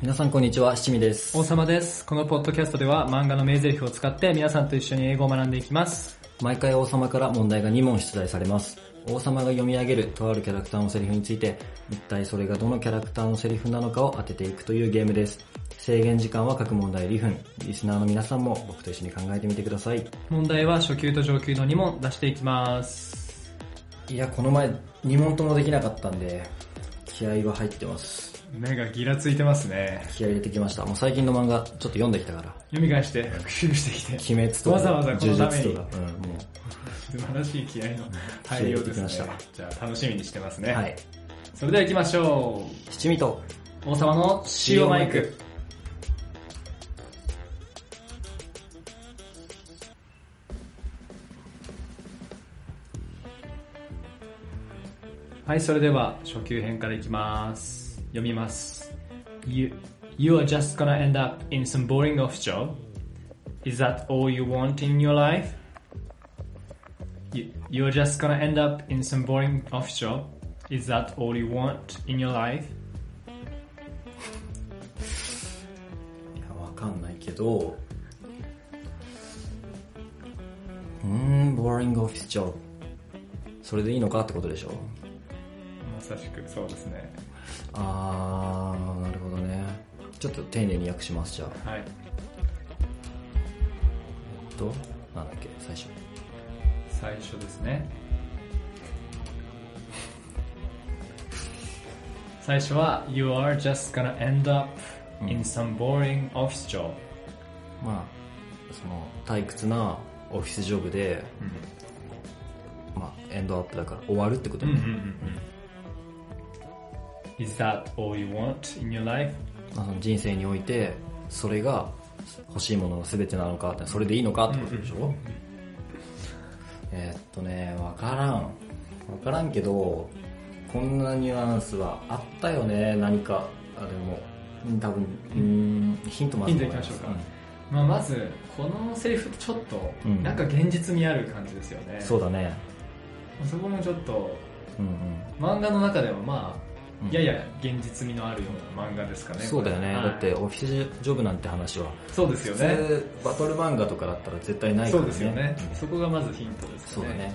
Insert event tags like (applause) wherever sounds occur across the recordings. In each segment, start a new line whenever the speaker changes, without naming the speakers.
皆さんこんにちは、七味です。
王様です。このポッドキャストでは漫画の名台詞を使って皆さんと一緒に英語を学んでいきます。
毎回王様から問題が2問出題されます。王様が読み上げるとあるキャラクターのセリフについて、一体それがどのキャラクターのセリフなのかを当てていくというゲームです。制限時間は各問題2分。リスナーの皆さんも僕と一緒に考えてみてください。
問題は初級と上級の2問出していきます。
いや、この前2問ともできなかったんで、気合は入ってます。
目がギラついてますね。
気合入れてきました。もう最近の漫画ちょっと読んできたから。
読み返して復習してきて。
鬼滅とか、
わざわざこのために
呪術とか、うん、もう
素晴らしい気合いの入りようですね
気合い入れてきま。
じゃあ楽しみにしてますね。
はい。
それでは行きましょ
七味と、
う。王様の塩マイク。はい、それでは初級編からいきます。読みます。You, you are just gonna end up in some boring off job. Is that all you want in your life? You, you're just gonna end up in some boring off job. Is that all you want in your life?
いや、わかんないけど、うーん、ボーリングオフィスジョブ。それでいいのかってことでしょ
まさしくそうですね。
あー、なるほどね。ちょっと丁寧に訳します、じゃあ。
はい。
えっと、なんだっけ、最初。
最初ですね。最初は You are just gonna end up in some boring office job.
まあ、その、退屈なオフィスジョブで、まあ、エンドアップだから終わるってことね。
Is that all you want in your life?
まあ、その人生において、それが欲しいものの全てなのかって、それでいいのかってことでしょ、えーっとね、わからん。わからんけど、こんなニュアンスはあったよね、何か。あれも。うん多分、うん、ヒントもあると思す
ヒントいきましょうかまあ、まず、このセリフちょっと
うん、
なんか現実味ある感じですよね。
うんそうだね。
そこもちょっと、
うんうん。
漫画の中でもま
うん
あ、やや現実味のあるような漫画ですかね。
そうだよね。
これ
だっ、て、
はい
オフィスジョブなんて話は、
そうですよ
普
ね。
通、バトル漫画とかだったら絶対ないか
そ
ら
う
ね。
ですよね
うん。
そこがまずヒントですね。
そうだねはいはい。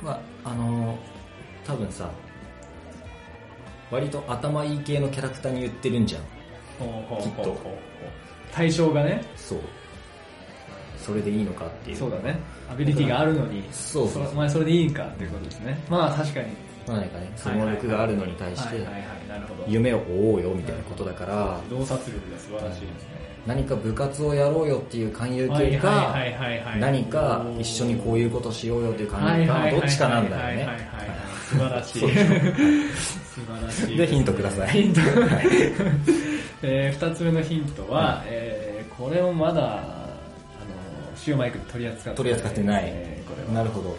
まあ、あのー多分さ、割と頭いい系のキャラクターに言ってるんじゃん。
ほうほう
きっ
ほう
と
ほうほう。対象がね、
そう。それでいいのかっていう。
そうだね。アビリティがあるのに、
そうそう
お前それでいいんかっていうことですね。まあ確かに。
まあなんかね、その能力があるのに対し
は
て
い、はいはい、なるほど。
夢を追おうよみたいなことだから、
洞察力が素晴らしいですね。
何か部活をやろうよっていう勧誘
は
系
い
か
はい、はいはい。
何か一緒にこう
いう
いうことしようよっていう勧
感
誘
じ
か、どっちかなんだよ
はいはい
ね。
はいはい。素晴らしい。素晴らしい。
で、ヒントください。 (laughs)
ヒント。えー、二つ目のヒントは、えー、これをまだ、あの、シオマイクで取り扱って
取り扱ってない
えーこれは。
なるほど。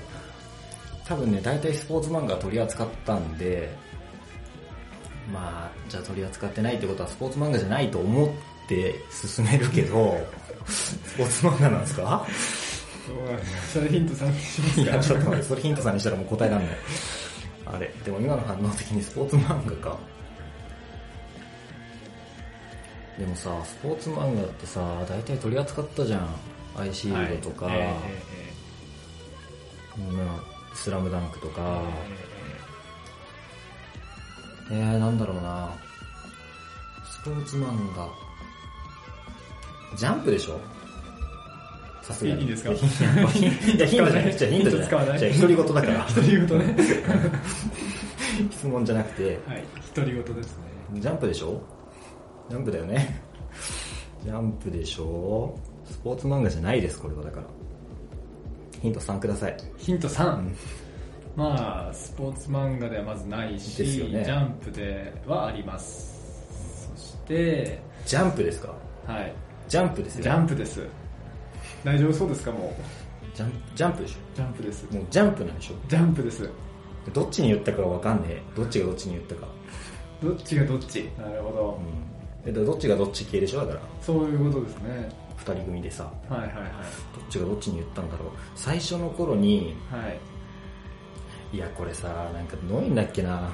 多分ね、大体スポーツ漫画取り扱ったんで、まあ、じゃあ取り扱ってないってことはスポーツ漫画じゃないと思って進めるけど、スポーツ漫画なんですか
それヒント参考にし
い
ま
や、ち
す
ょ
か
っと待って、それヒントさんにしたらもう答えらんない。あれ、でも今の反応的にスポーツ漫画か。でもさ、スポーツ漫画ってさ、大体取り扱ったじゃん。アイシールドとか、
はいえーえ
まあスラムダンクと
ーえ
か
ー、
えー、なんだろうなスポーツ漫画。ジャンプでしょさすがに。
いいいですか
やいや、ヒントじゃない。じゃあヒントじゃ
ヒント使わ
な。
ないい
じゃあ、独り言だから。
独
(laughs)
り言ね。
質問じゃなくて、
はい、独り言ですね。
ジャンプでしょジャンプだよね。ジャンプでしょスポーツ漫画じゃないです、これはだから。ヒント3ください。
ヒント3。まあ、スポーツ漫画ではまずないし、
ですよね
ジャンプではあります。そして、
ジャンプですか
はい、
ジャンプですよ。
ジャンプです。大丈夫そうですか、も
ジャンプ。ジャンプでし
う。ジャンプです。
ょもうジャンプなんでしょ
ジャンプです。
どっちに言ったかわかんねえ。どっちがどっちに言ったか。
どっちがどっちなるほど。
うんえだからどっちがどっち系でしょだから
そういうことですね。
2人組でさ
はいはい
どっちがどっちに言ったんだろう最初の頃に
はい。はい。
いやこれさなんかどういうんだっけな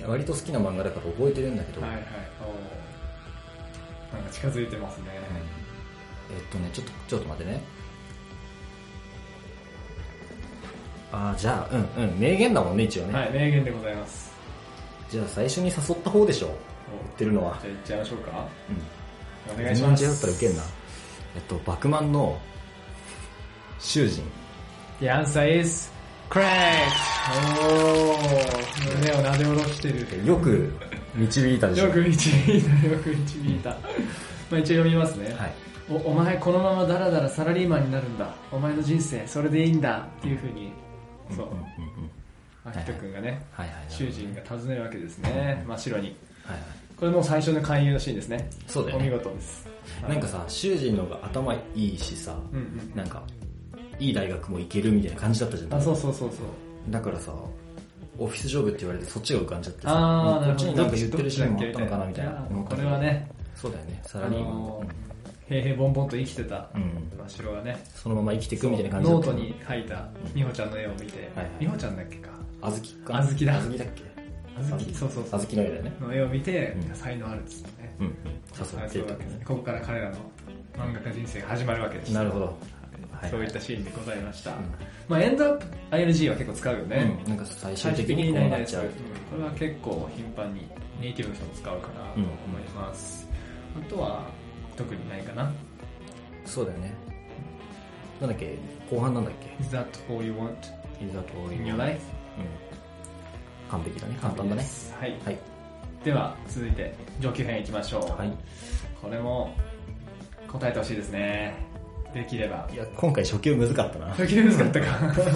いや割と好きな漫画だから覚えてるんだけど、
はいは
うん
い。おーなんか近づいてますね。
えっとねちょっとちょっと待ってねあーじゃあうんうん名言だもんね一応ね、
はい、名言でございます。
じゃあ最初に誘った方でしょ
お
言ってるのは
じゃあ行っちゃいましょうか。
うん
お願いします。
全然違ったらウケんなえっとバクマンの囚人
The answer is correct! おー、胸をなで下ろしてる。
よく導いたでしょ
よく導いた、よく導いた。まあ一応読みますね。
はい
おお前このままダラダラサラリーマンになるんだ。お前の人生、それでいいんだ。っていうふうに、そう、
うんうんうん
秋人くんがね、
はいはい
囚人が訪ねるわけですね。真っ白に。
はいはい
これもう最初の勧誘のシーンですね。
そうだよ
お
ね
見事です。
なんかさ、囚人の方が頭いいしさ、
うんうん。
なんか、いい大学も行けるみたいな感じだったじゃない
あ、そうそうそうそう。
だからさ、オフィスジョブって言われてそっちが浮かんじゃってさ、
あ
こ
ー、なる
っ
ほ
ち
ど。
になんか言ってるシーンもあったのかなみたいな
や
思った
こ
け
れ
ど
はね、
そうだよね、サ
あ
ラリーマン
のー、平平凡々と生きてた
うんうん
真っ白がね、
そのまま生きていくみたいな感じだ
ノ
っ
ー
た
トに書いた美穂ちゃんの絵を見て
はいはい、
美穂ちゃんだっけか。
あずきか。
あずきだ
あずきだっけ
あずき、そうそうそ
あ
う
ず。きの絵だよね。
の絵を見て
う、ん
才能あるっつってね。
うん。誘って
誘
いうた
わけ
ね
ですね。ここから彼らの漫画家人生が始まるわけです。
なるほど。
はいそういったシーンでございました
ん。
まあエンドアップ ING は結構使うよ
う
ね。
ん。なんか最終
最終
的
的
に
に
こ
な
う
いな
なっ
い
ち
ち
ゃ
ゃ
う
う。これは結構頻繁にネイティブの人も使うかなと思います。あとは、特にないかな。
そうだよね。なんだっけ後半なんだっけ
Is that all you want
いざと
in your life?
うん完璧だね。簡単だね。
はい。
はい。
では、続いて上級編いきましょう。
はい。
これも答えてほしいですね。できれば
い。や、今回初級難かったな。
解き難かった
(laughs)
か。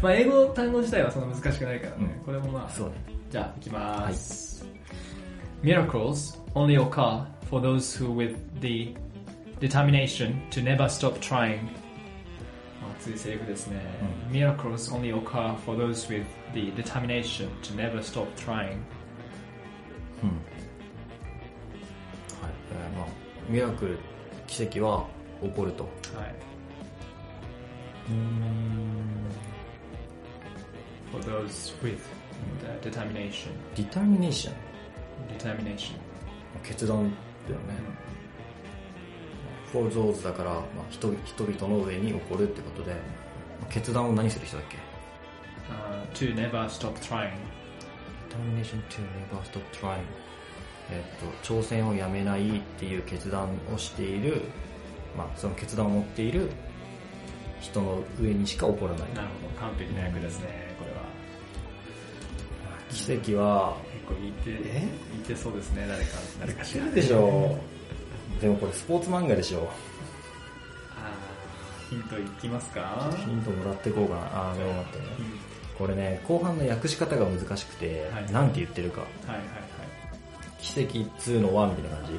まあ英語単語自体はそんな難しくないからね。
うん
これもまあ。
そうね。
じゃあ、いきます。Miracles only occur for those who with the determination to never stop trying. 熱いセリフですね。Miracles only occur for those with the determination to never stop trying.
うん。はい。えーまあ、ミラクル、奇跡は起こると。
はい。
うん。
For those with the determination.
ディターミネーション。
determination.
決断だよね。for those だから、まあ、人人々の上に起こるってことで、まあ決断を何する人だっけ
Uh, to never stop trying.
ディターミネーション to never stop trying. えっと、挑戦をやめないっていう決断をしている、まあ、その決断を持っている人の上にしか起こらない。
なるほど、完璧な役ですね、これは。
奇跡は、
結構言って、
え
言ってそうですね、 (laughs) 誰か、誰かしら。
でしょでもこれスポーツ漫画でしょ
あーヒントいきますか
ヒントもらってこうかなあーでも待ってね
ヒン
これね後半の訳し方が難しくて、
はい
なんて言ってるか
トはいはい
奇跡っつうのはみたいな感
はい。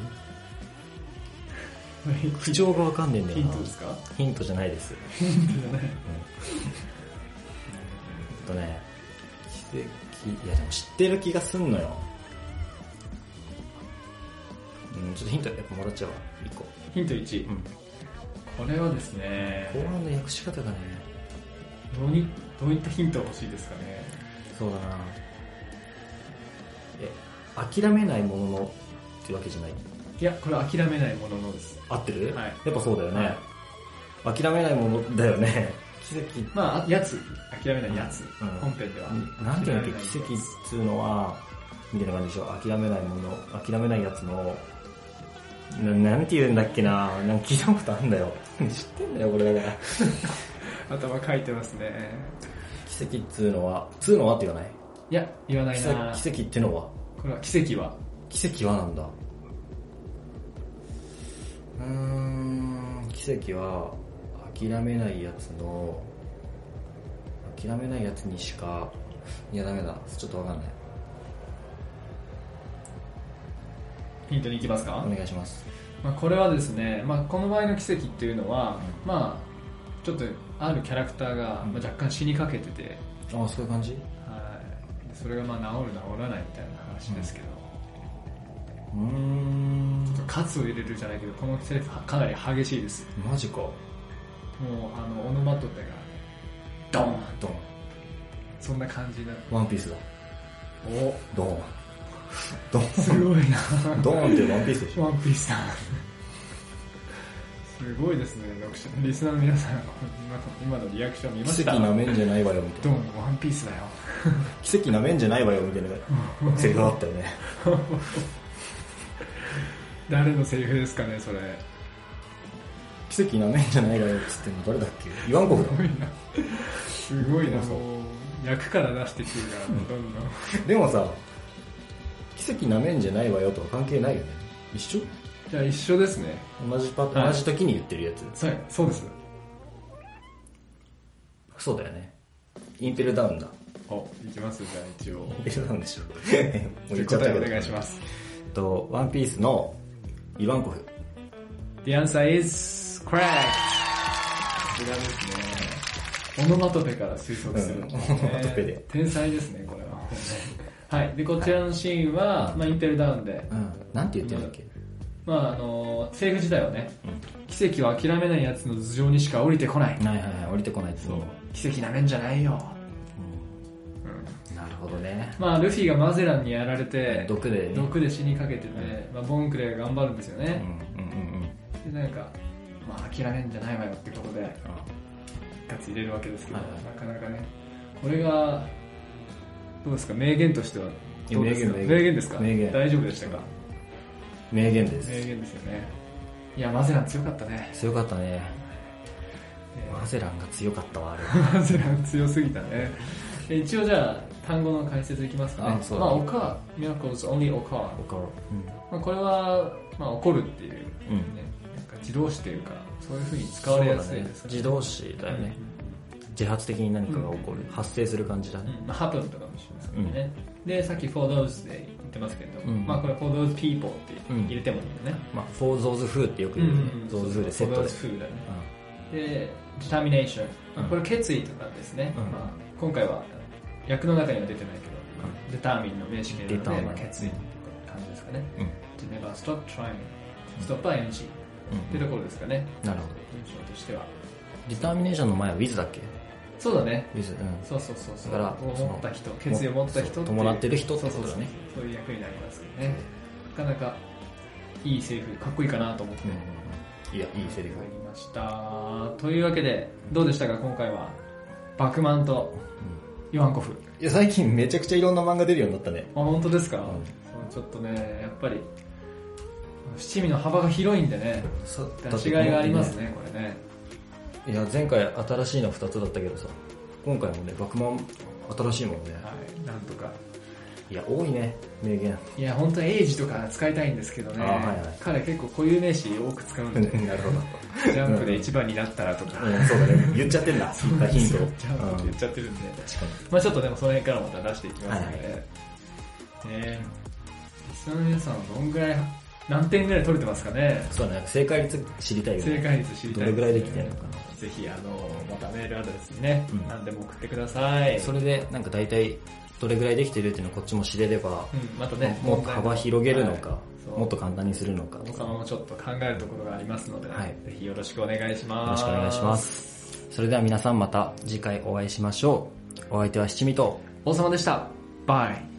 じ口調がわかんねえんだよ
ヒ
な
ントですか
ヒントじゃないです
ヒントじゃない。
えっとね奇跡いやでも知ってる気がすんのようんちょっとヒントやっぱもらっちゃうわ1個、
ヒント1。
うん、
これはですね、
後半の訳し方がね
どうに、どういったヒント欲しいですかね。
そうだなえ諦めないもののってわけじゃない
いや、これ諦めないもののです。
合ってる、
はい
やっぱそうだよね、諦めないものだよね (laughs) 奇跡
まあ、やつ。諦めないやつ。
うん
本編では。
なんていうの
諦めない
奇跡っつうのはみたいな感じでしょ諦めないもの諦めないやつのななんて言うんだっけななんか聞いたことあんだよ (laughs) 知ってんだよこれだから
頭書いてますね。
奇跡っつうのはつうのはって言わない
いや、言わない
奇
な
跡奇跡ってのは
これは奇跡は。
奇跡はなんだうーん奇跡は諦めないやつの諦めないやつにしかいやダメだちょっとわかんない
ヒントに行きますか、
お願いします
まあ、これはですね、まあ、この場合の奇跡っていうのは、まあ、ちょっとあるキャラクターが、
うん
まあ、若干死にかけてて、
あそういう感じ
はい、それがまあ治る治らないみたいな話ですけど、
うーん。
喝を入れるじゃないけど、このセリフはかなり激しいです。
マジか。
もう、あの、オノマトペが、ドーン
ドン。
そんな感じになる。
ワンピースだ。
お
ドン。ド
す
ン。
ごいな
ドンってワンピースでしょ。
ワンピースだ。すごいですね、読者リスナーの皆さん、今の今のリアクション見ま
奇
した
跡なめんじゃないわよ、みた
ド
いな。
ン、ワンピースだよ。
奇跡なめんじゃないわよ、みたい
(laughs)
なセリフだったよね。
誰のセリフですかね、それ。
奇跡なめんじゃないわよ、つってんの誰だっけイワンコフだ
す。ごいな。すごいな、
そう
もう、役から出してくるからね、どんどん。
でもさ、奇跡なめんじゃないわよとは関係ないよね。一緒
じゃあ一緒ですね。
同じパ、
はい
同じ時に言ってるやつ。
そうそうです。
そうだよね。インペルダウンだ。
お、いきますじゃあ一応。
インペルダウンでしょ。もう
(laughs) じ
言
ゃ
っ
あ
ちゃった
答
け
え
ど
お願いします。
えっと、ワンピースのイワンコフ。
The answer is correct! さすがですね。オノマトペから推測する、ね
うんオノマトペで
天才ですね、これは。はい。で、こちらのシーンは、まあインペルダウンで、
うん。なんて言ってるんだっけ
まああの、セリフ自体はね、奇跡は諦めない奴の頭上にしか降りてこない。
はいはいはい、降りてこないって
そう。奇跡なめんじゃないよ。
うんなるほどね。
まあルフィがマゼランにやられて、
毒でね。
毒で死にかけてて、まあボンクレが頑張るんですよね。
うんうんうんうん。
でなんか、まあ、諦めんじゃないわよってことでガツ入れるわけですけど、
はいはい
なかなかねこれがどうですか名言としてはどうですか
いや名言名言
ですか
名言
大丈夫でしたか
名言で
名
す。
言ですよねいやマゼラン強かったね
強かったね。
え
マゼランが強かったわ、あれ。
(laughs) ーマゼラン強すぎたねえ一応じゃあ単語の解説いきますかね
あそうだ
まあ「おか」「ミラコーズ」「オンリーおか」
怒る。
まあ、これは、まあ、怒るっていう、ね
うん。
なんか自動詞というかそういうふうに使われやすいです
そうだね自動詞だよね。自発的に何かが起こる。発生する感じだね。
うんまあ、happen とかもしれないですけどね、でさっき for those で言ってますけど、
うん
まあこれ for those people って
うん
入れてもいいよね、
まあ、for those who ってよく言うよね。those who でセット
for
で。
those who だねで determination、
うん
これ決意とかですね、
うん
まあ、今回は役の中には出てないけど、determine の名詞形なので、
determine
まあ、決意っていう感じですかね
うん。うん。
to never stop trying stop は NG ってところですかね
なるほど。
印象としては
ディターミネーションの前は with だっけ
そうだね
with。うん。
そうそうそうそう
だから
思った人決意を持った人っていう
そう伴ってる人って
そう
こ
そう
と
そ
だ
う
ね。
そういう役になりますよねなかなかいいセリフかっこいいかなと思って
うんうんうんいや、いいセリフ
入。りましたというわけでどうでしたか今回はバクマンとイワンコフ
いや、最近めちゃくちゃいろんな漫画出るようになったね。
あ本当ですか、
ん
そうちょっとねやっぱり七味の幅が広いんでね
そう
出しがいがあります。ねこれね
いや、前回新しいの2つだったけどさ、今回もね、バクマン新しいもんね。
はいなんとか
いや、多いね、名言。
いや本当エイジとか使いたいんですけどね、
あはいはい
彼結構固有名詞多く使うんで
なるほ
ジャンプで一番になったらとか
ど。 (laughs) うん、そうだね。言っちゃってんだ。ヒントを。
ジャンプって
うん
言っちゃってるんで、
確かに
まあちょっとでもその辺からまた出していきますので、
はい
えー、リスナーの皆さんはどんぐらい、何点ぐらい取れてますかね
そうだね、正解率知りたいよね。
正解率知りた
どれ
いで
ぐ
すね
らいできてんのかな。
ぜひ、あの、またメールアドレスにね、
うん
何でも送ってください。
それで、なんか大体、どれぐらいできてるっていうのをこっちも知れれば、
うん、またね、
もっと幅広げるの
は
か
い、そう
もっと簡単にするのか
い、
と
お
か、
さまもちょっと考えるところがありますので、
はい
ぜひよろしくお願いし
よろ
ま
し
す。
くお願いしま。す。それでは皆さんまた次回お会いしましょう。お相手は七味と、
王様でした。バイ。